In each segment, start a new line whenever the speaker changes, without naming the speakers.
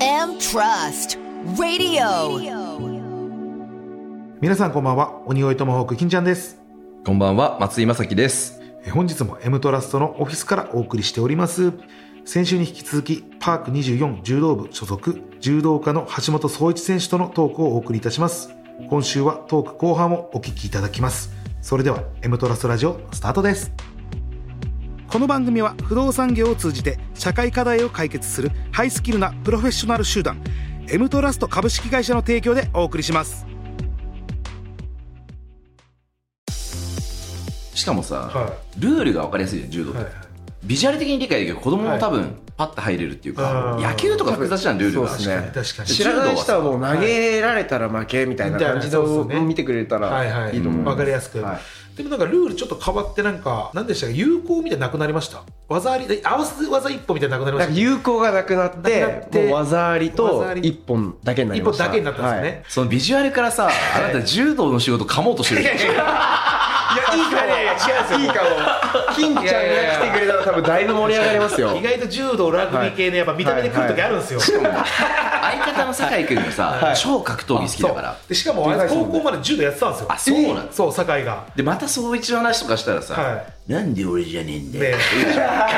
M Trust Radio.
皆さんこんばんは鬼越トマホーク金ちゃんです
こんばんは、松井正樹です。
え本日も M トラストのオフィスからお送りしております先週に引き続きパーク24柔道部所属柔道家の橋本壮一選手とのトークをお送りいたします今週はトーク後半をお聞きいただきますそれでは M トラストラジオスタートですこの番組は不動産業を通じて社会課題を解決するハイスキルなプロフェッショナル集団 M トラスト株式会社の提供でお送りします
しかもさ、
は
ルールが分かりやすいじゃん、柔道って。ビジュアル的に理解できる子供
は
も
い
多分、パッと入れるっていうか
あ、ー
野球とか複雑じゃん、ルールが。
そうっすね
確かに
知らない人はもう
はい
投げられたら負けみたいな感じで
みたいなそうですよね
見てくれた
はいは
ら
い、
いいと思う、
わかりやすく、
はい
でもなんかルールちょっと変わってなんか何でしたか有効みたいなのなくなりました技ありえ合わせ技一本みたいなのなくなり
なんか
まし
有効がなくなっ
なくな
て
って
もう技ありと
技あり
一本だけ
た
にな
一
り
本
ました
だけになったんですよね、
そのビジュアルからさ、あなた柔道の仕事噛もうとしてるじゃん。
はい、いやいいかもいいかも金ちゃんが来てくれたら多分だいぶ盛り上がりますよ
意外と柔道ラグビー系のやっぱ見た目で来る時あるんですよ、
相方の酒井君がさ、
はい
超格闘技好きだから
そうでしかもあれ高校まで柔道やってたんですよ
あそうなんだ
えーそう酒井が
でまた総一の話とかしたらさ、
は
なんで俺じゃねえんだ
ね
よ、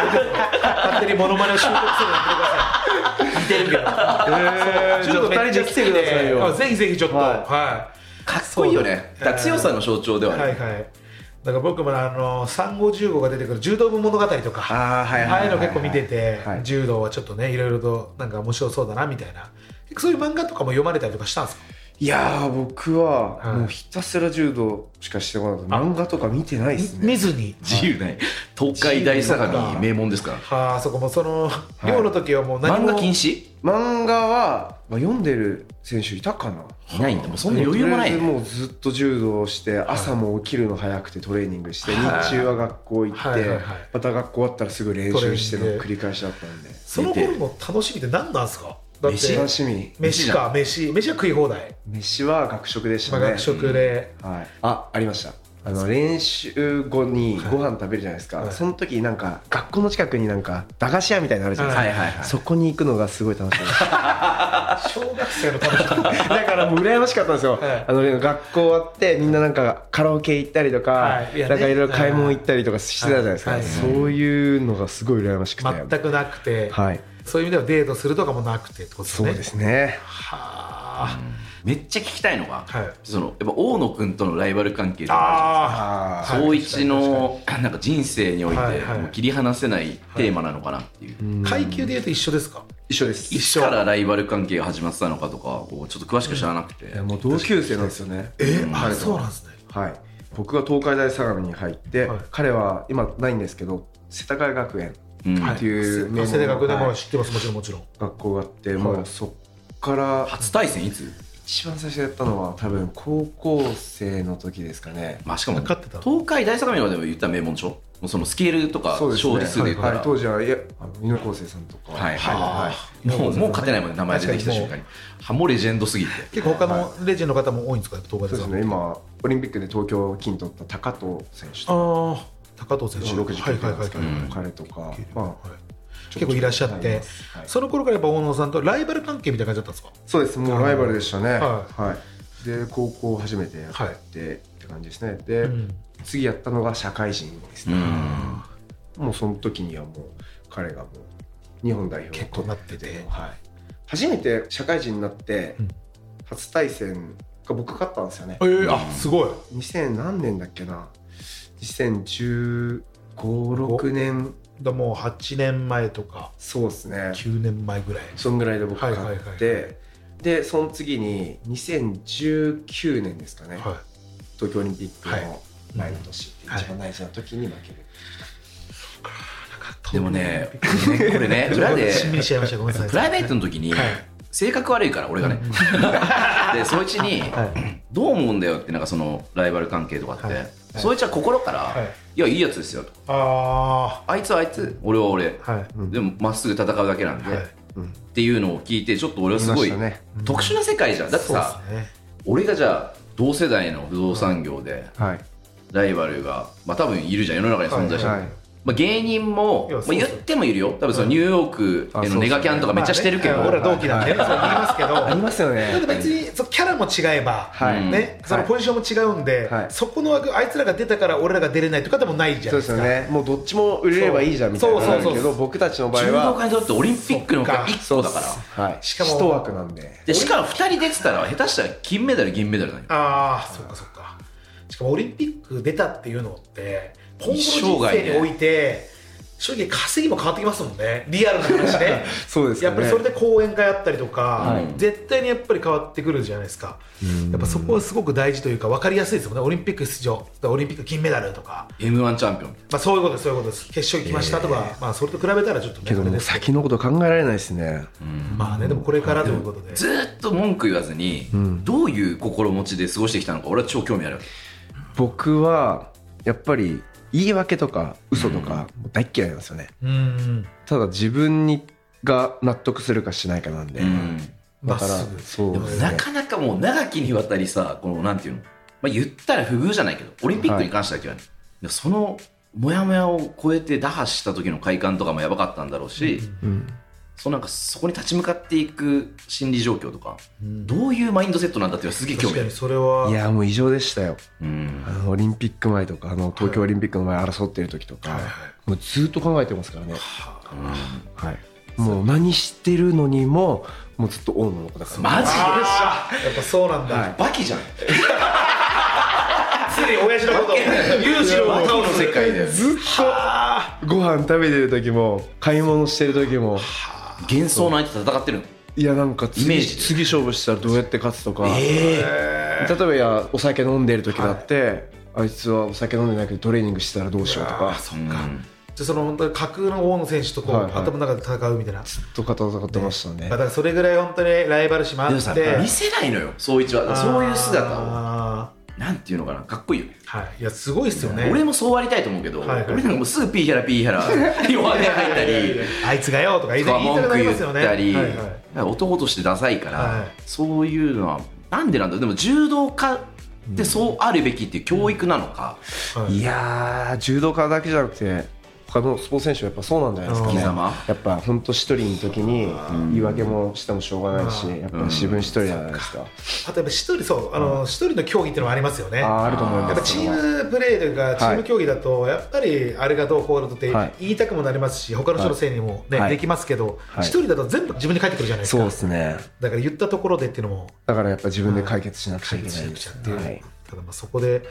勝手にモノマネを習得するのやめてください似てるけど、
えー
柔道めっちゃ好きで
ちょっと二人で来てくださいよ
あぜひぜひちょっと
はい
はい
かっこいいよね
そう
だから強さの象徴ではある、
はいはい。だから僕もあの三五十五が出てくる柔道部物語とか、
あーはいはい
ああ
はいいうは
の
い
結構見てて、
はい
柔道はちょっとねいろいろとなんか面白そうだなみたいな。結構そういう漫画とかも読まれたりとかしたんですか。
いやー僕は
はい
もうひたすら柔道しかしてこなかった漫画とか見てないですね
見ずに。
自由ない東海大相模名門ですから
はあそこもその
い
寮の時はもう何
漫
も
画禁止
漫画は、まあ、読んでる選手いたかない
ないんだもうそんな余裕もない
とりあえず
ね
もうずっと柔道をして朝も起きるの早くてトレーニングして日
はい
中は学校行
は
っ
いはい
て
はい
また学校終わったらすぐ練習しての
トレーニング
繰り返しだったんで
その頃の楽しみって何なんですか。だって
飯
楽しみ
飯か飯飯は食い放題。
飯は学食でし
ま
た
あ
ね
学食で。
はい、あありましたあの練習後にご飯食べるじゃないですか、
はい
その時なんか学校の近くになんか駄菓子屋みたいなのあるじゃない
は
ですか、
いはいはい
そこに行くのがすごい楽しみでした
小学生の楽しみ。
だからもう羨ましかったんです
は
よ、
い
あのね学校終わってみんななんかカラオケ行ったりとか、
はいいやね
なんかいろいろ買い物行ったりとかしてたじゃないですか、
はいはい
そういうのがすごい羨ましくて、
全くなくて、
はい
そういう意味ではデートするとかもなくてってことです
そう
ね。
ですね
はあ。
めっちゃ聞きたいのが、
はい
そのやっぱ大野君とのライバル関係とか
あ
あ
ー
あ
あるじゃんですか総一のなんか人生において、
はいはい
もう切り離せないテーマなのかなっていう、
あ階級で言うと一緒ですか
一緒です
いつからライバル関係が始まってたのかとかこうちょっと詳しく知らなくて、
いやもう同級生なんですよね
え
うん
あそうなんですね
はい僕が東海大相模に入って、
はい
彼は今ないんですけど世田谷学園
うん
はい
っていう名門
せ世田谷区でも
はい
知ってますもちろんもちろん
学校があって、
い
もうそっから
初対戦いつ、
一番最初やったのは多分高校生の時ですかね
まあ、しかも
勝ってた
東海大相模までも言ったら名門でしょもうそのスケールとか
そうですね
勝利数で言った
はい
ら、
はい当時はいやあの井上康生さんとか
はい
は
はいもうもう勝てないもんね名前出てきた瞬間にはもうレジェンドすぎて
結構他のレジェンドの方も多いんですか東海
そ
大
うで
さ
す
ん
ね今オリンピックで東京金取った高藤選手
あ
と
ー高藤選手
60
はい
キ
はい
ロで
はい
すけ
は
ど
い
彼とか、まあ、
結構いらっしゃって
はい
その頃からやっぱ大野さんとライバル関係みたいな感じだったんです
そうですもうライバルでしたね
は
はい、で高校初めてやって、
はい
って感じですねで、
かうん
次やったのが社会人です
う
ね、
ん
もうその時にはもう彼がもう日本代表を
結構なってて
はい、初めて社会人になって
うん
初対戦が僕勝ったんですよね
えーあすごい
2000何年だっけな201516年
だもう8年前とか
そうですね
9年前ぐらい
そんぐらいで僕
はい
買
はいはい
って、でその次に2019年ですかね、
は
東京オリンピック
はい
の前の年って
はい
一番大事な時に負ける、
い
でもねねこ れね裏で
しんみりしちゃいましたごめんなさい
プライベートの時に、
はい
性格悪いから俺がね、 で総一に、どう思うんだよってなんかそのライバル関係とかって、
はいはい
総一は心から、
はい
い、やいいやつですよと
あ
あいつはあいつ俺は俺、
あはい
うん
でもまっすぐ戦うだけなんで、
はい
うん
っていうのを聞いてちょっと俺はすごい
言いましたね
特殊な世界じゃんだってさ、
そうですね
俺がじゃあ同世代の不動産業で
はい
ライバルがまあ多分いるじゃん世の中に存在してる、
はいはい
まあ、芸人も
いやそう
ま
そう
あ、言ってもいるよ多分そのニューヨークへのネガキャンとかめっちゃしてるけど、
まあね俺ら同期なんでね、そう言いますけど、
あります
だ
よ
って
ね。
別にそうキャラも違えば、
はい
ね、そのポジションも違うんで、
はい
そこの枠あいつらが出たから俺らが出れないとかでもないじゃ
そ
ない
うで
ですす
よ
か
ね。もうどっちも売れればいいじゃんみたいな
そうそう
な
そう
るけど、僕たちの場合
柔道
は、
家にとってオリンピックの枠が1個だから
はい。
しかも
一枠なんで。
でしかも2人出てたら下手したら金メダル銀メダルだよ
ああそっかそっかしかもオリンピック出たっていうのって今後の人
生涯
生に
ね
おいて正直稼ぎも変わってきますもんねリアルな話ね
そうですよ
やっ
ね
ぱりそれで講演会あったりとか、
い
絶対にやっぱり変わってくるじゃないですかやっぱそこはすごく大事というか分かりやすいですもんねオリンピック出場オリンピック金メダルとか、
m 1チャンピオン
まあ、そういうことですそういうことです決勝行きましたとか、まあ、それと比べたらちょっとね
けど
あれ
も
で
う
す
先のこと考えられないですね。
まあねでもこれからということで
ずーっと文句言わずに、どういう心持ちで過ごしてきたのか俺は超興味あるわけ
僕は、やっぱり、言い訳とか嘘とかもう大っ嫌いなんですよね。
うん
ただ自分にが納得するかしないかなんで。
ま
だ
っ
から
す、ぐ
そ
で
うで
も
す
な
ね。
かなかもう長きにわたりさこのなんていうの、まあ、言ったら不遇じゃないけどオリンピックに関してだけはね、でもそのモヤモヤを超えて打破した時の快感とかもやばかったんだろうし、
うん
そのなんかそこに立ち向かっていく心理状況とか、どういうマインドセットなんだっていうのはすげえ興
確
味
か
ある
に、それはい
や、もう異常でしたよ。
うん
あのオリンピック前とかあの東京オリンピックの前争ってる時とか、
はいはい
もうずっと考えてますから
う
ね、
ん
はい、もう何してるのにももうずっとオンの子だから、
マジ
あーやっぱそうなんだ、
バキじゃん
つい親父のこと裕次郎の顔の世界
だよ
ずっとご飯食べてる時も買い物してる時も
幻想の相手と戦ってるの
いやなんか次
イメージ
次勝負したらどうやって勝つとか、
え
例えばいやお酒飲んでる時だって、あいつはお酒飲んでないけどトレーニングしてたらどうしようとか
そっか、
じゃあその本当に架空の王の選手とこう、
はいはい
頭の中で戦うみたいな、
ずっと肩を戦ってましたね
だからそれぐらい本当にライバル心もあ
で
っ
も
て
さ見せないのよ総一はそういう姿を
あ
なんていうのかなかっこいいよね
ーはいいやすごいですよね
俺もそうありたいと思うけど、
はいはい
俺なんかもうすぐピーヒャラピーヒャラ弱音入ったり
あいつがよとか言い
とか
言いたく
文
な
句
りま
言
すよ
っ
ね
たり、
はいはい
男としてダサいから、
はい
そういうのはなんでなんだでも柔道家ってそうあるべきっていう教育なのか、
はい
いやー柔道家だけじゃなくて他のスポーツ選手はやっぱそうなんじゃないですか
う
ね
ん
生き様
やっぱ本当一人の時に言い訳もしてもしょうがないしやっぱ自分一人じゃないですか
あとやっぱ一人そうあの一人の競技っていうのもありますよね
あーあると思い
や
ま
っぱ
す
チ
それは
ームプレーというかチーム競技だとやっぱりあれがどうこうだとって
はい
言いたくもなりますし他の人のせいにもね、
はい
できますけど一、
はい
人だと全部自分に返ってくるじゃないです
そう
か
ですね
だから言ったところでっていうのも
だからやっぱ自分で解決しなくちゃいけない
解
で
決し
す
なくちゃっていう、
はい
ただまあそこで、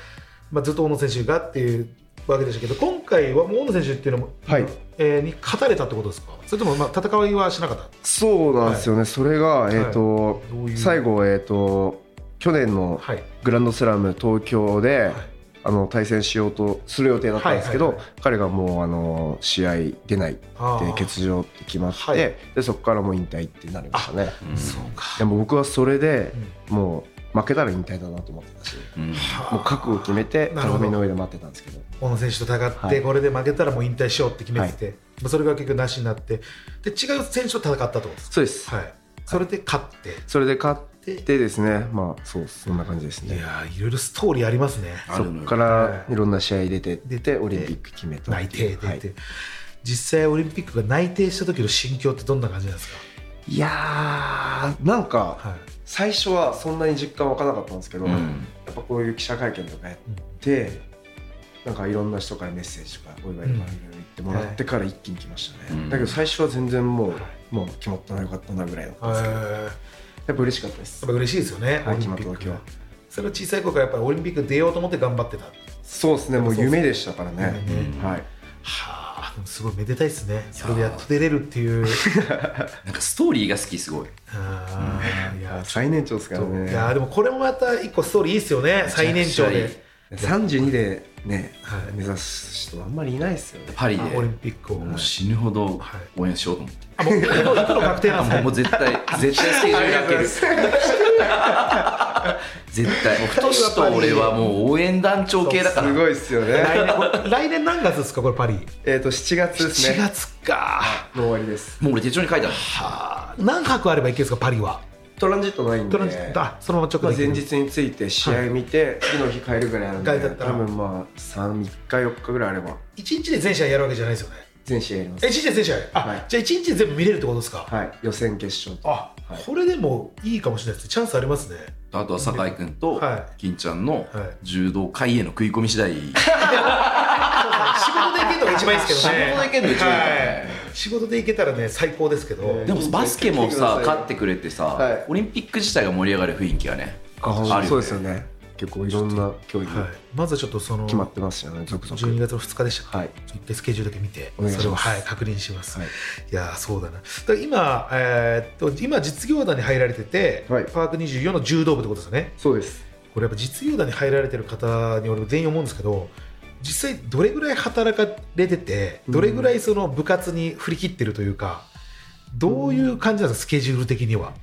まあ、ずっと小野選手がっていうわけでしたけど今回はもう小野選手っていうのも、
はい
えーに勝たれたってことですかそれともまあ戦いはしなかった
そうなんですよねそれがえっと
どういう
最後えっと去年の
はい
グランドスラム東京であの対戦しようとする予定だったんです
は
け
い
ど
はいは
彼がもうあの試合出ない
あ
で
ー
欠場って決まって、
はい
でそこからもう引退ってなりましたね
そうか
でも僕はそれでもう負けたら引退だなと思ってたし
うん
もう覚悟を決めて
なるほど
鏡の上で待ってたんですけど
小野選手と戦って、
はい
これで負けたらもう引退しようって決めてて、まあそれが結局なしになってで違う選手と戦ったってことです
そうです、
かはいそれで勝って、
それで勝ってですねまあそうそんな感じです
い、
ね
やーいろいろストーリーありますね
あ
そ
るの
こ
よ
からいろんな試合出て
出
出
て
てオリンピック決めた
内
ってい
定出
う
て、
はい、
実際オリンピックが内定した時の心境ってどんな感じなんです
いやーなんか
か、はい、
最初はそんなに実感湧かなかったんですけど、
うん
やっぱこういう記者会見とかやって、なんかいろんな人からメッセージとかお祝いとかいろいろ言ってもらってから一気に来ましたね、
うん
だけど最初は全然もう、もう決まったなよかったなぐらいだったんですけど、や
えー
っぱ嬉しかったです
やっぱ嬉しいですよね、
はい
オリンピック
決ま
が
った時
それは小さい頃からやっぱりオリンピック出ようと思って頑張ってた、
そうですねもう夢でしたからね
夢ね
はい
はあ、でもすごいめでたいですね、それでやっと出れるって いう、
なんかストーリーが好きすごい
あーいやちょ
最年長ですか
っ
ら
と
ね
いやでもこれもまた一個ストーリーいいですよね、最年長
めちゃくち
で、
32でね、
はい
目指す人あんまりいないですよね
パリで
あオリンピックを、
もう死ぬほど応援しようと思って、
あもうもう行くの確定なん ですね
もう絶 対絶対ステージ上がける絶対もう太志と俺はもう応援団長系だから
すごいですよね
来年これ来年何月ですか、これ、パリ、
えっと7月です
4
ね
月か、
の終わりです
もう俺手帳に書いてある
はあ、何泊あれば行けるんですか、パリは。
トランジットないんで
トランジットあそのまま直
まあ、
で
前日について試合見て、次の日帰るぐらいなん
帰
で
りだったら
多分まあ3 3日4日ぐらいあれば
1日で全試合やるわけじゃないですよね
全試合やりま
え
す
1日で全試合あ、
はい
じゃあ1日で全部見れるってことですか、
はい予選決勝と
あ、
はい
これでもいいかもしれないですねチャンスあり ますね
あとは酒井君と
は
金ちゃん
は
の
い
柔道界への食い込み次第
仕事で行けるのが一番いいですけど ね
仕事で行けるのが一番いい
はい仕事で行けたらね最高ですけど、
えー
で もバスケもさ勝ってくれてさ、
はい
オリンピック自体が盛り上がる雰囲気がねある
そう
よ
ですよ
ね
ね結構いろんな競技
はい、まずはちょっとその
決まってますよね続
12
々
月の2日でしたっけ、
はい
ちょっと一回スケジュールだけ見て
お願いし
そ
ます
れを、はい、確認します、
はい
い、やーそうだなだから今、えーっと今実業団に入られてて、
はい
パーク24の柔道部ってことですよね
そうです
これやっぱ実業団に入られてる方に俺も全員思うんですけど実際どれぐらい働かれててどれぐらいその部活に振り切ってるというかどういう感じなんですかスケジュール的には、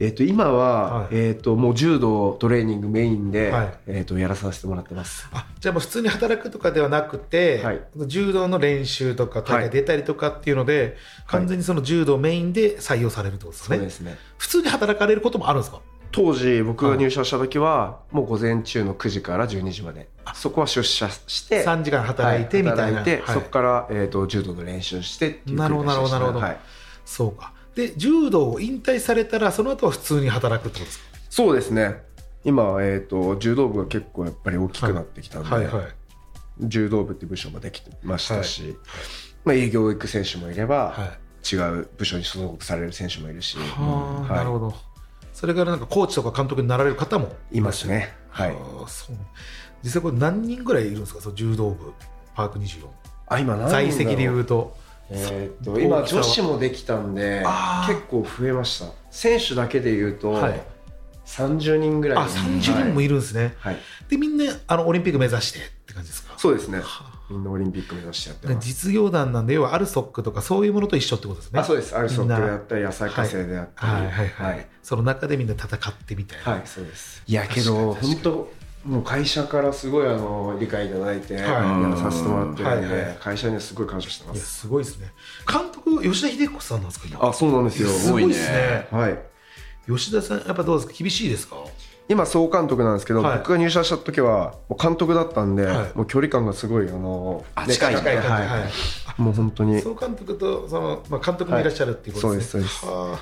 えっと今は、
はい
えっともう柔道トレーニングメインで、
はい
えっとやらさせてもらってます
あじゃあもう普通に働くとかではなくて、
はい
柔道の練習とか大
は
会
い
出たりとかっていうので、完全にその柔道メインで採用されるってことです
そ
ね、
うですね
普通に働かれることもあるんですか
当時僕が入社した時はもう午前中の9時から12時までそこは出社して
3時間働いてみたいな、
は働いて
はい
そこから、えー、と柔道の練習してっていう
なるほど
繰り返しでした
なるほどなるほど
はい、
そうかで柔道を引退されたらその後は普通に働くってことですか
そうですね今、えー、と柔道部が結構やっぱり大きくなってきたんで、
はいはい
柔道部っていう部署もできてましたし、まあ、営業行く選手もいれば、
はい
違う部署に所属される選手もいるし、
はあ、
はい
なるほどそれからなんかコーチとか監督になられる方も
いますねはい
ああそう実際これ何人ぐらいいるんですかその柔道部パーク24
あ今何人だろ
在
う
籍でいうと
えー、と今女子もできたんで
あー
結構増えました選手だけでいうと、
はい
30人ぐらい
あ30人もいるんですね、
はい、はい
でみんなあのオリンピック目指してって感じですか
そうですね
はあ
みんなオリンピック目指してやって
だから
ます
実業団なんで要はアルソックとかそういうものと一緒ってことですね
あそうですアルソッ
みん
ク
な
であったり野菜火星であったり
はいはいはい、
はい
その中でみんな戦ってみたいな、
はいそうですいやけ
確
ど
かに
本当もう会社からすごいあの理解いただいてや
はい
らさせてもらってるんで、
はいはい
会社にはすごい感謝してま
いや
す
すごいですね監督吉田秀子さんなんですか今
あそうなんですよ
すごいですね
はい
吉田さんやっぱどうですか厳しいですか
今総監督なんですけど、
はい
僕が入社した時はもう監督だったんで、
はい
もう距離感がすごいあの
あ
ね
近い
高い監督
はい
はい
もう本当に
総監督とその、まあ、監督もいらっしゃるっていうことですね、
はいそうですそう
はあ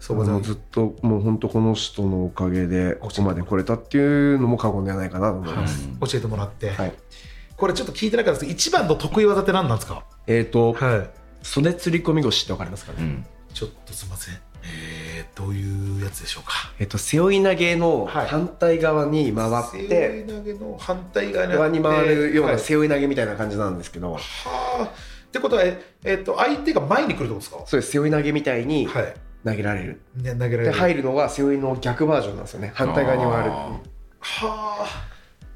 そう
も
か
うずっともう本当この人のおかげでここまで来れたっていうのも過言ではないかなと思います、
教えてもらって、
はい
これちょっと聞いてなかったですけど一番の得意技って何なんですか
えっ、と、
は
袖釣り込み腰ってわかりますかね、
うん
いちょっとすいませんえー、どういうやつでしょうか
えっと背負い投げの
はい
反対側に回っ
背負
て、
い投げの反対側に
側に回るよう
は
ない背負い投げみたいな感じなんですけど、
はあってことはえ、えっと相手が前に来るってことですか
そうです背負い投げみたいに
はい
投げられる、
ね、投げられ
で
る
入るのが背負いの逆バージョンなんですよね反対側に回
あー
る
はあ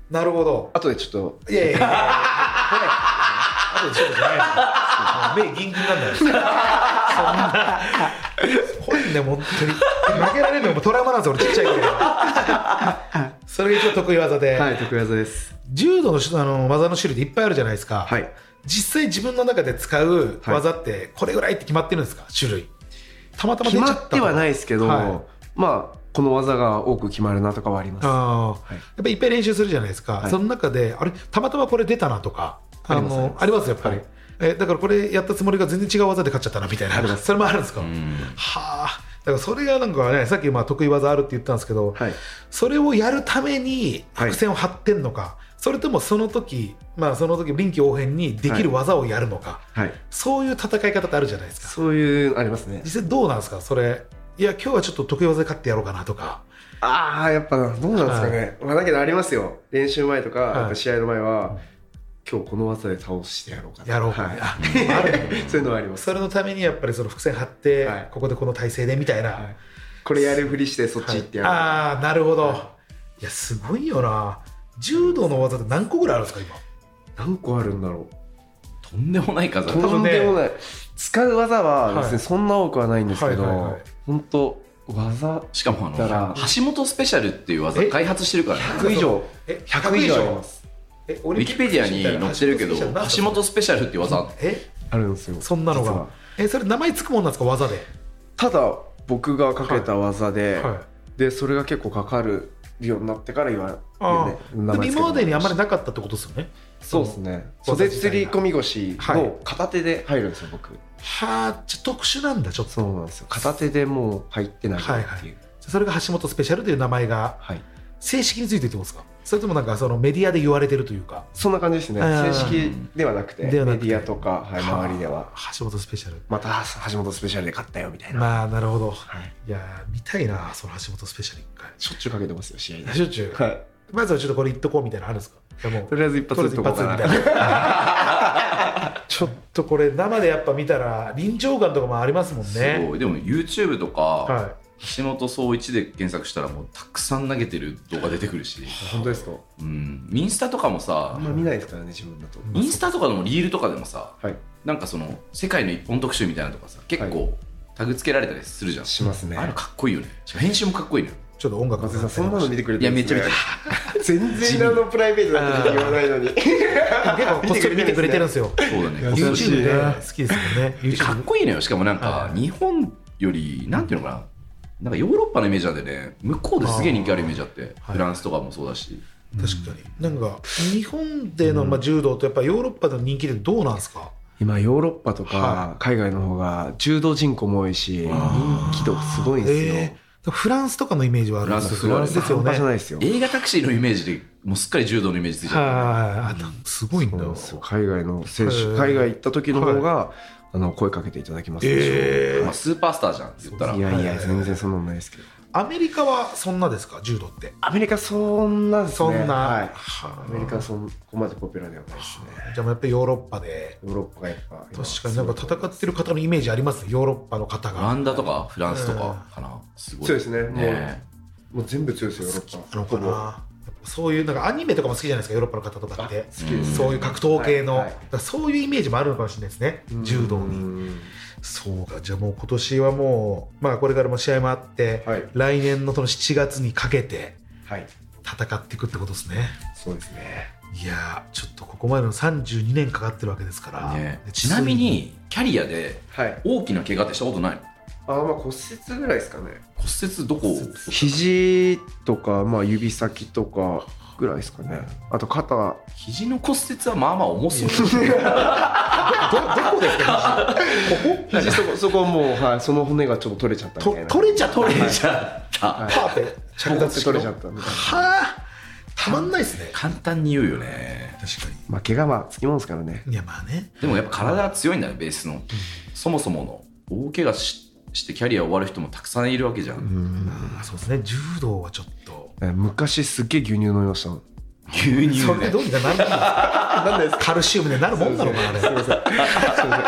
なるほど
あとでちょっと
いやいやいやあとでちょっとじゃないの目ギンギンなんだよそんな本ね本当に投げられるのもトラウマなんですよ俺ちっちゃい頃それが一応得意技で、
い得意技です
柔道のしあの技の種類っていっぱいあるじゃないですか、
はい
実際自分の中で使う
はい
技ってこれぐらいって決まってるんですか種類たまたま
決
出ちゃっ
ま
た
ってはいないですけど、
は
まあこの技が多く決まるなとかはあります
ああ、
はい
やっぱりいっぱい練習するじゃないですか、
はい
その中で、あれ、たまたまこれ出たなとか、あ
ります
のあります、やっぱり、
はい
え、だからこれやったつもりが全然違う技で勝っちゃったなみたいな、それもあるんですか、
うん
はあ、だからそれがなんかね、さっきまあ得意技あるって言ったんですけど、
はい
それをやるために
はい
伏線を張ってんのか、それともその時まあその時臨機応変にできる技をやるのか、
はい
そういう戦い方ってあるじゃないですか。
そういうのありますね
実際どうなんですか、それ。いや今日はちょっと得意技で勝ってやろうかなとか、
ああやっぱどうなんですかね、まあ、だけどありますよ練習前とか、
い
やっぱ試合の前は今日この技で倒してやろうかな
やろうか
はい、
な、あある
そういうのはあります
それのためにやっぱりその伏線張って、
はい
ここでこの体勢でみたいな、
いこれやるふりしてそっち行ってやろうかな、
ああなるほど、い、やすごいよな柔道の技って何個ぐらいあるんですか
何個あるんだろ
とんでもない数
う
だね
とんでもない、使う技は
はい
別にそんな多くはないんですけど、
はいはいはい
本当技
しかもあの
だから
橋本スペシャルっていう技
え
開発してるからね
今
100以上
え
100以上あります
え
ウ
オ
ィキペディアに載ってるけど橋本スペシャルっていう技
え
あるんですよ
そんなの
実
が
は
えそれ名前つくもんなんですか技で
ただ僕がかけた技で、
は
でそれが結構かかるようになってから言わ
ああ
れて、ね、名
い、でも
前つけて
今までにあんまり
な
なかったってことですよね。
そうですね
の
袖釣り込み腰
はい
の片手で入るんですよ僕
はあ、じゃあ特殊なんだ、ちょっと。
そうなんですよ片手でもう入ってないっていう
それが橋本スペシャルという名前が
はい、
正式についてるってことですかそれともなんかそのメディアで言われてるというか、
そんな感じですね
ああ
正式ではなくてメ
で
デ
はなくて
ィアとか、はい、
はあ
周りでは
橋本スペシャル。
また橋本スペシャルで勝ったよみたいな、
まあ、なるほど。
はい、
いやー、見たいな、その橋本スペシャル一回。
しょっちゅうかけてますよ試合で、
しょっちゅう
はい、
まずはちょっとこれ言っとこうみたいなのあるんですかいやもう
とりあえず一
と
発
りあえず
打っと
一
こう
発
かな
みたいな ちょっとこれ生でやっぱ見たら臨場感とかもありますもん
す
ね
ごいでも YouTube とか、
は
橋本総一で検索したらもうたくさん投げてる動画出てくるし、
本当ですか
うん、インスタとかも
あ
さ
んま見ないですからね自分だと、
ん
インスタとかでもリールとかでもさ
はい
なんかその世界の一本特集みたいなのとかさ結
は
構タグつけられたりするじゃん、
しますね
あれかっこいいよねしかも編集もかっこいいのよ
いちょっと音楽
松井さんそんなの見てくれ
い
て
や
るん
め
で
っち
す
ゃ
ね
見てる
全然あのプライベートだって言わないのに
でもこっそり見てくれてるんですよ
そうだね
優しい
YouTube
ね
ね好きですもんね
でかっ
YouTube
こいいのよしかもなん
は
か
い
日本よりなんていうのかななんかヨーロッパのイメージなんでね向こうですげえ人気あるイメージあって
はい
フランスとかもそうだし
確かになんか日本でのまあ柔道とやっぱヨーロッパでの人気ってどうなんですか
今ヨーロッパと
は
か海外の方が柔道人口も多いし
あ
人気度すごいんですよ、
えーフランスとかのイメージはあるんですよ
フランス
ですよね
半端じゃない
はい
ですよ
映画タクシーのイメージでもうすっかり柔道のイメージついちゃっ
あすごいん
そう
だ
なんですよ海外の選
へー
手海外行った時の方が、あの声かけていただきますで
た、
え
まあ、スーパースターじゃん言った
しょ
ら
いやい
はい
や全然そんなのないですけど
アメリカはそんなですか柔道って
アメリカそんなですね
そんな、
はい、
は
ア
あ
メリカはそんここまでポピュラーではないですね
じゃあやっぱりヨーロッパで
ヨーロッパがやっぱ今
確かになんか戦ってる方のイメージありますヨーロッパの方
オラ
が
ンダとかフランスとかかなすごい
そうですねもう
ね
もう全部強いですよヨーロ
な
ッパ
のかなやっぱそういうなんかアニメとかも好きじゃないですかヨーロッパの方とかって
好きです
そういう格闘系の、
はいはい
だからそういうイメージもあるのかもしれないですね柔道に
に
そうかじゃあもう今年はもうまあこれからも試合もあって、
はい
来年のその7月にかけて
はい
戦っていくってことですね
そうですね
いやーちょっとここまでの32年かかってるわけですから、
ね
で
ちなみにキャリアで
はい
大きな怪我ってしたことないの
あーまあ骨折ぐらいですかね
骨折どこ
肘とか、まあ、指先とかぐらいですかねあと肩
肘の骨折はまあまあ重 そう
どどこですか
肘そこそこはもう、はい、その骨がちょっと取れちゃったみ
と
たいな
取れちゃった
取れちゃった
はい
パーって着脱式の
取れちゃったみたいな
はあたまんないですね
簡単に言うよね
確か
まあ怪我はつきもんですからね
にいやまあね
でもやっぱ体は強いんだねベースのそもそもの大怪我ししてキャリア終わる人もたくさんいるわけじゃ ん
まあそうですね柔道はちょっと
昔すっげえ牛乳飲みましたもん
牛乳
それで
ね
どうにかなるんだ
なん です
カルシウムでなるもんなのかなあ
すい
れ
ませんすいま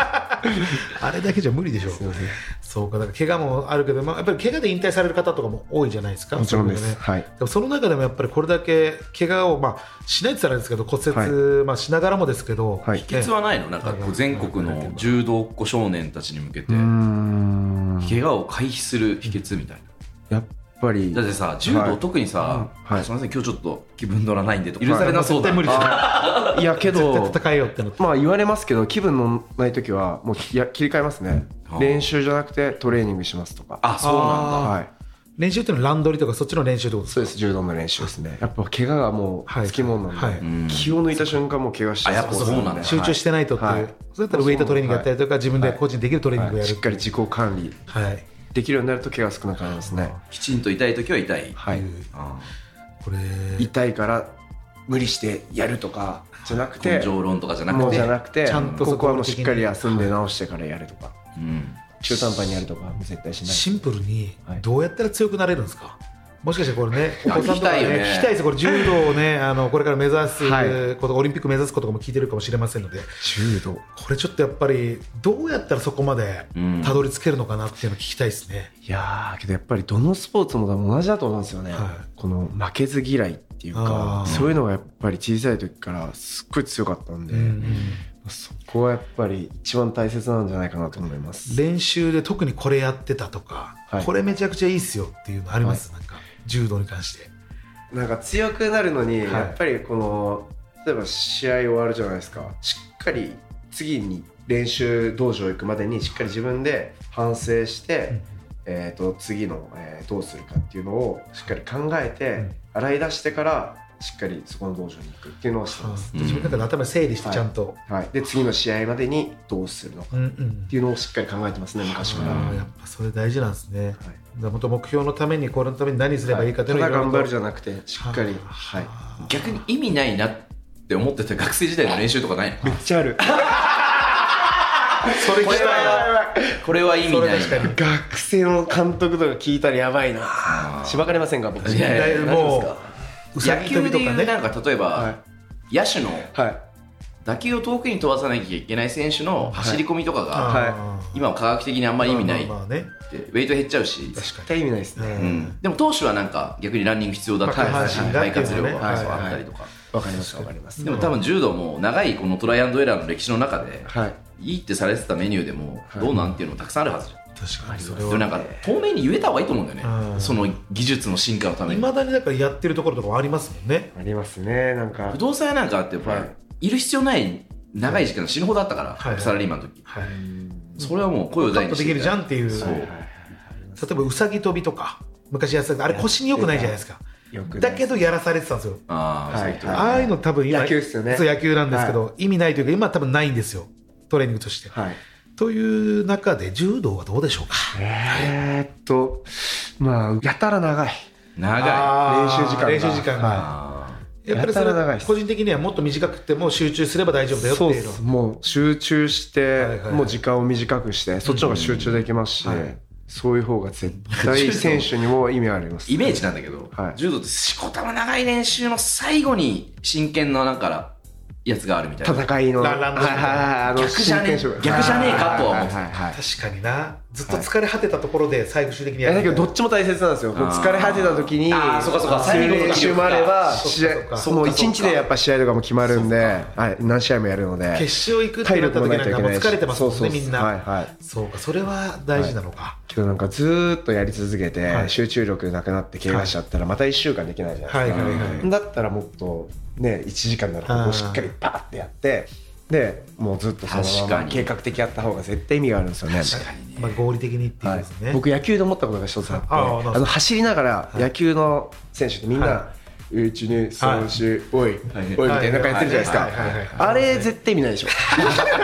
あれだけじゃ無理でしょう
せんすいません
そうかだから怪我もあるけど、まあ、やっぱり怪我で引退される方とかも多いじゃないですか
もちろんで
そういう
す
のね
はい
でもその中でもやっぱりこれだけ怪我をまあしないって言ったらあれですけど骨折、まあ、しながらもですけど、
はい
秘訣はないのなんかこう全国の柔道っ子少年たちに向けて
うーん
怪我を回避する秘訣みたいな
やっぱり
だってさ柔
は
道
い
特にさ「
はい
あすみません今日ちょっと気分乗らないんで」とか
はい
許されなそうだ、
絶対無理ですね
いやけ
絶
ど
対戦えよっての
まあ言われますけど気分のない時はもういや切り替えますね
あー
練習じゃなくてトレーニングしますとか
あそうなんだ
あ
はい
練習っていうのはランドリとかそっちの練習ってことです
そう
か
です柔道の練習ですねやっぱ怪我がも
は
う
い
つきものなんで、
はい
うん
気を抜いた瞬間もう怪我して
あやっぱそうなんだ
で
集中してないとっていう、
はい
そうだったらウェイトトレーニングやったりとか、自分で個人できるトレーニングを
はい
やる、
しっかり自己管理
はい、
できるようになると怪我少なくなりますね
きちんと痛い時は痛い、
はい
あ
これ
痛いから無理してやるとかじゃなく
根
て
性論とかじゃな
も
く
うじ
て
ゃなくて
ちゃんと
ここはも
そこを
うしっかり休んで直してからやるとか
うん
中途半端にやるとか絶対しない
シンプルに
はい
どうやったら強くなれるんですか、もしかしてこれね、お
や
子さんとかね
聞きたいよね
聞きたいですよ、これ柔道をね、あのこれから目指
は
すこと、オリンピック目指すことも聞いてるかもしれませんので、
柔道
これちょっとやっぱり、どうやったらそこまで
うん
たどり着けるのかなっていうのを聞きたいですね。
いやーけどやっぱりどのスポーツも多分同じだと思うんですよね、
はい
この負けず嫌いっていう
あ
か
ー
そういうのがやっぱり小さい時からすっごい強かったんで、そこはやっぱり一番大切なんじゃないかなと思います
練習で特にこれやってたとか、
はい
これめちゃくちゃいいっすよっていうのあります、なんか柔道に関して。
なんか強くなるのに
はい
やっぱりこの例えば試合終わるじゃないですかしっかり次に練習道場行くまでにしっかり自分で反省してえー、と次の、えーどうするかっていうのをしっかり考えて、洗い出してからしっかりそこの道場に行くっていうのをしてます、
うん
自分の中で頭整理してちゃんと、
はい、で次の試合までにどうするのか
うんうん
っていうのをしっかり考えてますね昔から、
あ
は
ーやっぱそれ大事なんですね、
い
だもっと目標のためにこれのために何すればいいかってい
た
うの
だ
を
頑張るじ
ゃ
ゃなくてしっかりはい
逆に意味ないなって思ってた学生時代の練習とか ないの
めっちゃあ る
それ聞きたいわ
これは意味
それ
ない
確かに
学生の監督とか聞いたらやばいなしばかれませんか僕
いやいや
だいぶ
大丈夫
も
です
ううさ
野
ぎ跳
球
び
で
と
い
か
う
ね
なんか例えば、
は
野手の
いはい
打球を遠くに飛ばさなきゃいけない選手の走り込みとかが、
い
あー
今は科学的にあんまり意味ないって、
まあまあまあね
ウェイト減っちゃうし、
絶対意味ないですね
う
うんん、でも投手はなんか逆にランニング必要だったり
まあ
肺
下半身がっていう
活
の
量
ね
が
はい
そうあったりとか、
わかりますわかります
でも多分柔道も長いこのトライアンドエラーの歴史の中で、
はい
いいってされてたメニューでもどうなんっていうのもたくさんあるはずじゃん
確かにそれ
でもなんか
は
透明に言えた方がいいと思うんだよね、
うん
その技術の進化のため
い
に
まだにだからやってるところとかもありますもんね
ありますねなんか
不動産屋なんかあってやっぱり、、
はい
る必要ない長い時間死ぬほどあったから、
はい
サラリーマンの時
はい
それはもう声を
カ
大
ッ
に
ト
して
できるじゃ
ん
んっていう
そう、
例えばうさぎ跳びとか昔やってたあれ腰に良くないじゃないですか
よく
だけどやらされてたんですよ
ああ、
はい
そう
はい
ああいうの多分今
野球っすよね
そう野球なんですけど、意味ないというか今多分ないんですよトレーニングとして、
はい
という中で柔道はどうでしょうか
えーっとまあやたら長い
長い
あー
練習時間が
練習時間が
あ
やっぱりそ
やたら長
れ
いです
個人的にはもっと短くても集中すれば大丈夫だよって
そう
い
で
うのは
すもう集中して、
はいはいはい
もう時間を短くしてそっちの方が集中できますし、
うんはい
そういう方が絶 対選手にも意味ありま
ー
す
イメージなんだけど、
はい
柔道ってしこたま長い練習の最後に真剣ななんかやつがあるみたいな
戦いの
ランランド
はいはいはいあの
逆じゃね
真剣勝負
逆じゃねえかとは思う
はいはいはい
確かになずっと疲れ果てたところで最後終的に
いや
や
だけ
る
どどっちも大切なんですよもう疲れ果てた時に
あーそうかそうか
そうい
最
う
後の
練習もあれば
気
試
力がそっかそっか
合その一日でやっぱ試合とかも決まるんで、
そ
はい、何試合もやるので
決勝行くってなった時なんかもう疲れてますもんね
そうそう
みんな、
はいはい
そうかそれは大事なのか、
けどなんかずーっとやり続けて、
はい
集中力なくなって怪我しちゃったらまた1週間できないじゃないですか、
はいはいはい
だったらもっとね1時間ならここをしっかりパーってやってでもうずっとその
確
ま
か
ま
に
計画的やった方が絶対意味があるんですよね
確かにね、
まあ、合理的にっていうん
は
ですね、
い、僕野球で思ったことが一つあって
ああな
あ
んですか
の走りながら野球の選手ってみんな、
は
1234、お
はい
い、おいみたいななんかやってるじゃないですか、
はいはいはいはい
あれ絶対意味ないでしょ
だか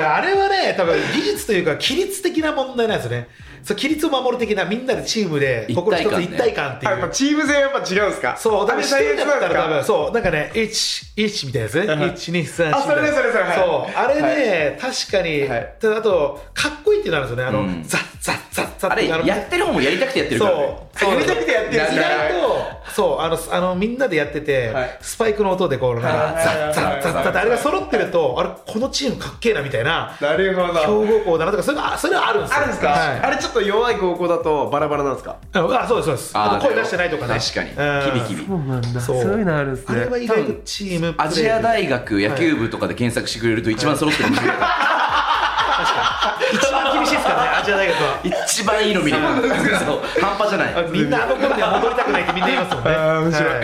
らあれはね、多分技術というか、規律的な問題なんですよね。そう規律を守る的な、みんなでチームで、
一体感ね
心一つ一体感ってい
あやっぱ
う。
チーム戦やっぱ違うんですか
そう、だ
ダ
か
メ
ら、
最
して
悪
だったら
な
多
んで
分、
すか
そう、なんかね、1、1みたいですね。1、2、3、4。
あそれねそれそれはい
そう、あれね、確かに
はい、
ただあと、かっこいいってなるんですよね。あ
う
の、
ん
ザッザッザッザッ
あ
って
れ
なる。
やってる方もやりたくてやってる
そ
から、ね、
う、やりたくてやってる
や
意
んない
外と、そう、あの、あのみんなでやってて
はい、
スパイクの音で、こう、なんか
はい
ザッザッザッザッって、あれが揃ってると、あれ、このチームかっけえなみたいな。
なるほ
強
ど
豪校だなとかそういうのあそういうのはあるんですよ
あるんですか、
はい
あれちょっと弱い高校だとバラバラなんですか
あそうですそうですあと声出してないとかね
確かに
うん
キビキビ
うなんだ
そう
あるんで
あれは意外とチームプレー
アジア大学野球部とかで検索してくれると一番揃ってる見れる、
一番厳しいですからねアジア大学は
一番いいの見れるそう半端じゃない
みんなあの頃には戻りたくないってみんな言いますもんね
あー面白い
は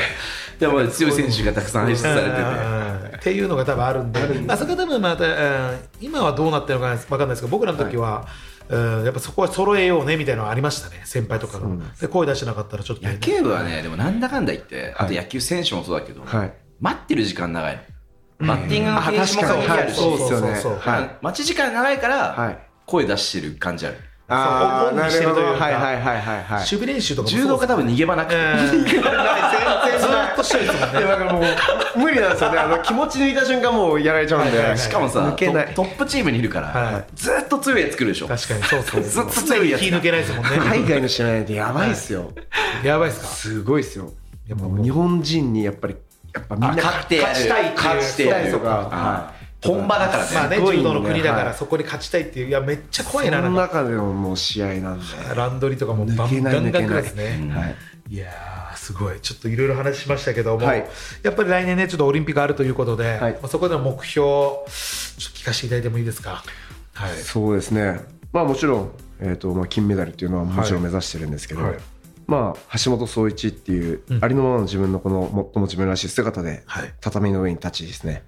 でも強い選手がたくさん輩出されてて
うんっていうのが多分あるんで、あそこは多分また、うん今はどうなってるのか分かんないですけど、僕らの時は、うんやっぱそこは揃えようねみたいなのはありましたね、先輩とかが。で声出してなかったらちょっとね、
野球部はねでもなんだかんだ言って、あと野球選手もそうだけど、
はい
待ってる時間長いのバッティングの
あ
停止も
確か
限
に
りあ
は
る
い
し、
そうですよ
そう
ね
そうそう
あ
はい
の待ち時間長いか
は
ら
い
声出してる感じある、
そう
あー
オン
な
にして
る
る
ほ
と
ど
いうか
はいはいはいはいはい
守備練習とかもそう
柔道家多分逃げ場なくて、
うんずっ
全
と一緒ですもんね
い。やだからもう無理なんですよねあの気持ち抜いた瞬間もうやられちゃうん で
しかもさ
抜
ト
けない
トップチームにいるから、
はい
ずっと強いやつ来るでしょ
確かにそうそう
ずっと強いやつ
気抜けないですもんね
海外の試合なんてやばいっすよ
やばいっすか
すごいっすよ
やっぱ
もう日本人にやっぱりやっぱみんな
勝ってやる
勝ちたいっていう
勝ちてやる
そうか
あー本場だからね、
まあね
すごい
柔
んで
道の国だか
は
ら
い
そこに勝ちたいっていういやめっちゃ怖いな
そ
な
の
んか
中でのもう試合なんで
ランドリーとかもバ
抜け
ン
ない
ガンガン
抜け
く
な
ら
い
いですね
はい
いやーすごいちょっといろいろ話しましたけども、
はい
やっぱり来年ねちょっとオリンピックあるということで、
はい
まあそこでの目標ちょっと聞かせていただいてもいいですかはい
そうですねまあもちろんえーとまあ金メダルっていうのはもちろん目指してるんですけど
はい
まあ橋本壮一っていう
うん
ありのままの自分のこの最も自分らしい姿で
はい
畳の上に立ちですね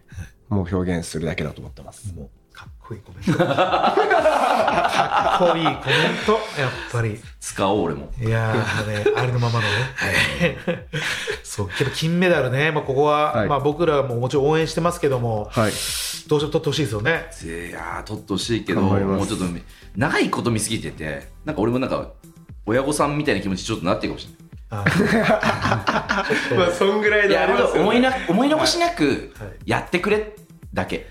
もう表現するだけだと思ってます
もうかっこいいコメント かっこいいコメントやっぱり
使おう俺も
いやー、ね、ありのままのね。 そう、けど金メダルね、まあ、ここは、
はい
まあ、僕らももちろん応援してますけども、
はい
どうしても取ってほしいですよね。
いやー取ってほしいけど
頑張ります
もうちょっと長いこと見すぎててなんか俺もなんか親御さんみたいな気持ちちょっとなってるかもしれない
あ
まあそんぐらい
い
で
や
ありますよね
思いな思い残しなく
はいはい
やってくれだけ、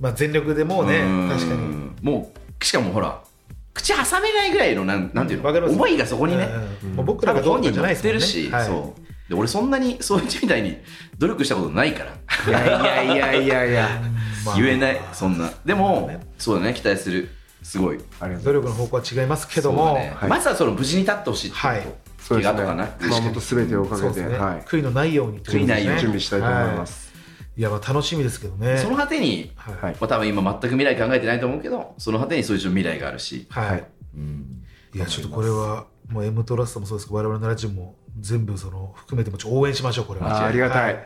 まあ、全力でもうね、
ん
確かに。
もうしかもほら口挟めないぐらいのなんなんていうの
わかります
思いがそこにね、
うんもう僕
多
らが
分
どう
本
とか
人
じゃ
乗
ないで
っ
すも
て
んね。
るし、
はい
そうで俺そんなにそういう人みたいに努力したことないから
いやいやいやいやいや
まあ
言えないそんなでも、
まあね
そうだね期待するすごい
ありがと
努
う
力の方向は違いますけ
そ
ど
う
も、
だね
はい
まずはその無事に立ってほしいって
はい
こと、怪我とかなく
熊本すべてをおか
そう
げ
ですね、
で、はい、
悔いのないようにってことですね、
悔いないように
準備したいと思います。
はい。いや、まあ、楽しみですけどね。
その果てに、
はい
はい
まあ、多分今全く未来考えてないと思うけどその果てにそういう未来があるし、
はい
はい
うん
いやちょっとこれはもう M トラストもそうですけど我々のラジオも全部その含めてもちょっと応援しましょうこれ
あ
は
ーありがたい。
は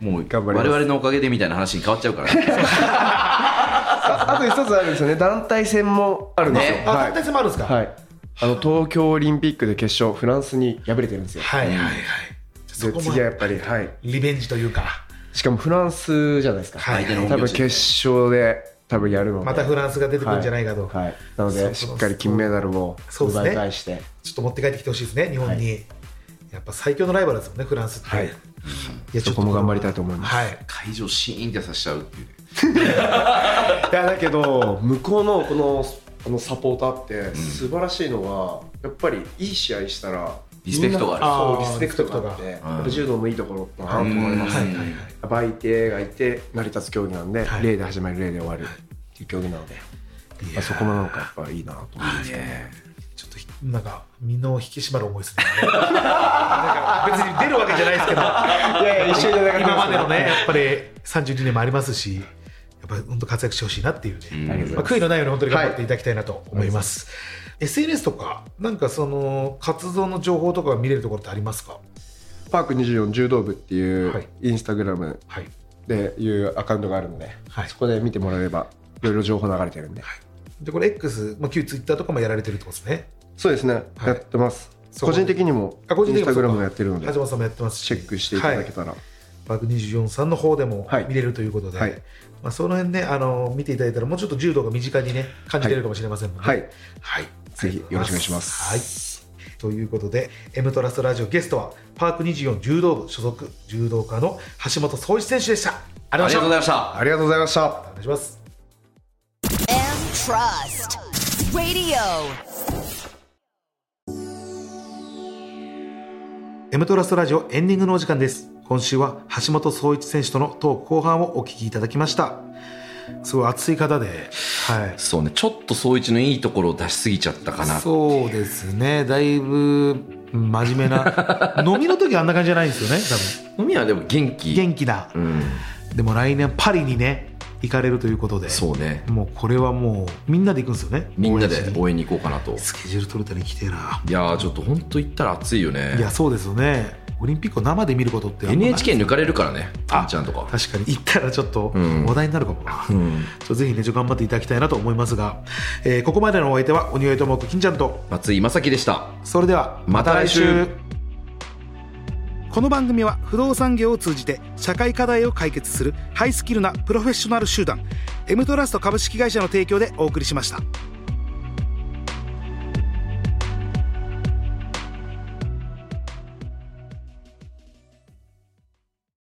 もう我
頑張ります
々のおかげでみたいな話に変わっちゃうからね
ああと一つあるんですよね。団体戦もあるんですよ。
ね
あ
は
団体
い。
戦もあるんですか
はい。あの東京オリンピックで決勝フランスに敗れてるんですよ。
はいはいはいそ
で
こも
次はやっぱりはい。
リベンジというか
しかもフランスじゃないですか。
は
相手の
多
本拠
分
地
決勝で多分やるので。
またフランスが出てくるんじゃないかと、
はい。なの
そうそう
でしっかり金メダルを
そうですね
奪い返して。
ちょっと持って帰ってきてほしいですね日本に、やっぱ最強のライバルですもんねフランスって、
はい
いや
そこも頑張りたいと思います
はい、
会場シーンってさせちゃうっていうね
いやだけど向こうのこのあのサポーターって素晴らしいのは、やっぱりいい試合したら
リスペクトがある
みんな
あー
そうリスペクトがあって
リ
やっ
が
ぱ柔道のいいところだなと思います、
はい
うん
はいはい
やっぱ相手がいて成り立つ競技なんで、
はい
例で始まり例で終わるっていう競技なので、まあ、そこもなんかやっぱいいなと思いますけどね
ちょっとひなんか身の引き締まる思いですねなんか別に出るわけじゃないですけど
いやいや一緒に戦って
今
ま
ますでのね、
ね
やっぱり32年もありますし、やっぱり本当活躍してほしいなっていうね、
うん
ありがとうござい
まあ、
ます
悔いのないように本当に頑張っていただきたいなと思います。SNS とか、なんかその活動の情報とかが見れるところってありますか
パーク24柔道部ってい
は
う
い
インスタグラム
はい。
でいうアカウントがあるので、
はい
そこで見てもらえればいろいろ情報流れてるんで、
で、これ X、まあ、旧 Twitter とかもやられてるってことですね。
そうですね、
い
やってます
そこ
個
で
人的にも
あ個
イ
人
ン
的
ス
にもそうか
タグラムもやってるので
橋本さんもやってますし、
チェックしていただけ
は
たら、
バグ24さんの方でも
はい
見れるということで、
はい
まあ、その辺ね、あの見ていただいたら、もうちょっと柔道が身近にね、感じれるかもしれませんので、
はい
はい、
ぜひよろしくお願いします
はい、ということで、M トラストラジオゲストは、パーク24柔道部所属、柔道家の橋本壮一選手でした。ありが
あり
と
が
う
とう
ございま
ございました
ありがとうございまし
し
た
た。お願いします。
M Trust Radio.
M トラストラジオエンディングのお時間です。今週は橋本壮一選手とのトーク後半をお聞きいただきました。すごい熱い方で、はい。
そうねちょっと総一のいいところを出しすぎちゃったかな
そうですね、だいぶうん真面目 な、飲みの時あんな感じじゃないんですよね、多分
飲みはでも元気
元気な、
うん
でも来年、パリにね、行かれるということで、
そうね
もうこれはもう、みんなで行くんですよね、
みんな
応援
で
しに
応援に行こうかなと
スケジュール取れたら行きてえな、
いやーちょっと本当行ったら暑いよね
いや、そうですよね、オリンピックを生で見ることって、
NHK 抜かれるからね
あ
あんちゃんとか
確かに行ったらちょっと
うん
話題になるかもな、
うん
ちょっとぜひね、ちょっと頑張っていただきたいなと思いますが、えーここまでのお相手は、鬼越トモく金ちゃんと、
松井正樹でした
それでは
また来週
この番組は不動産業を通じて社会課題を解決するハイスキルなプロフェッショナル集団 M トラスト株式会社の提供でお送りしました。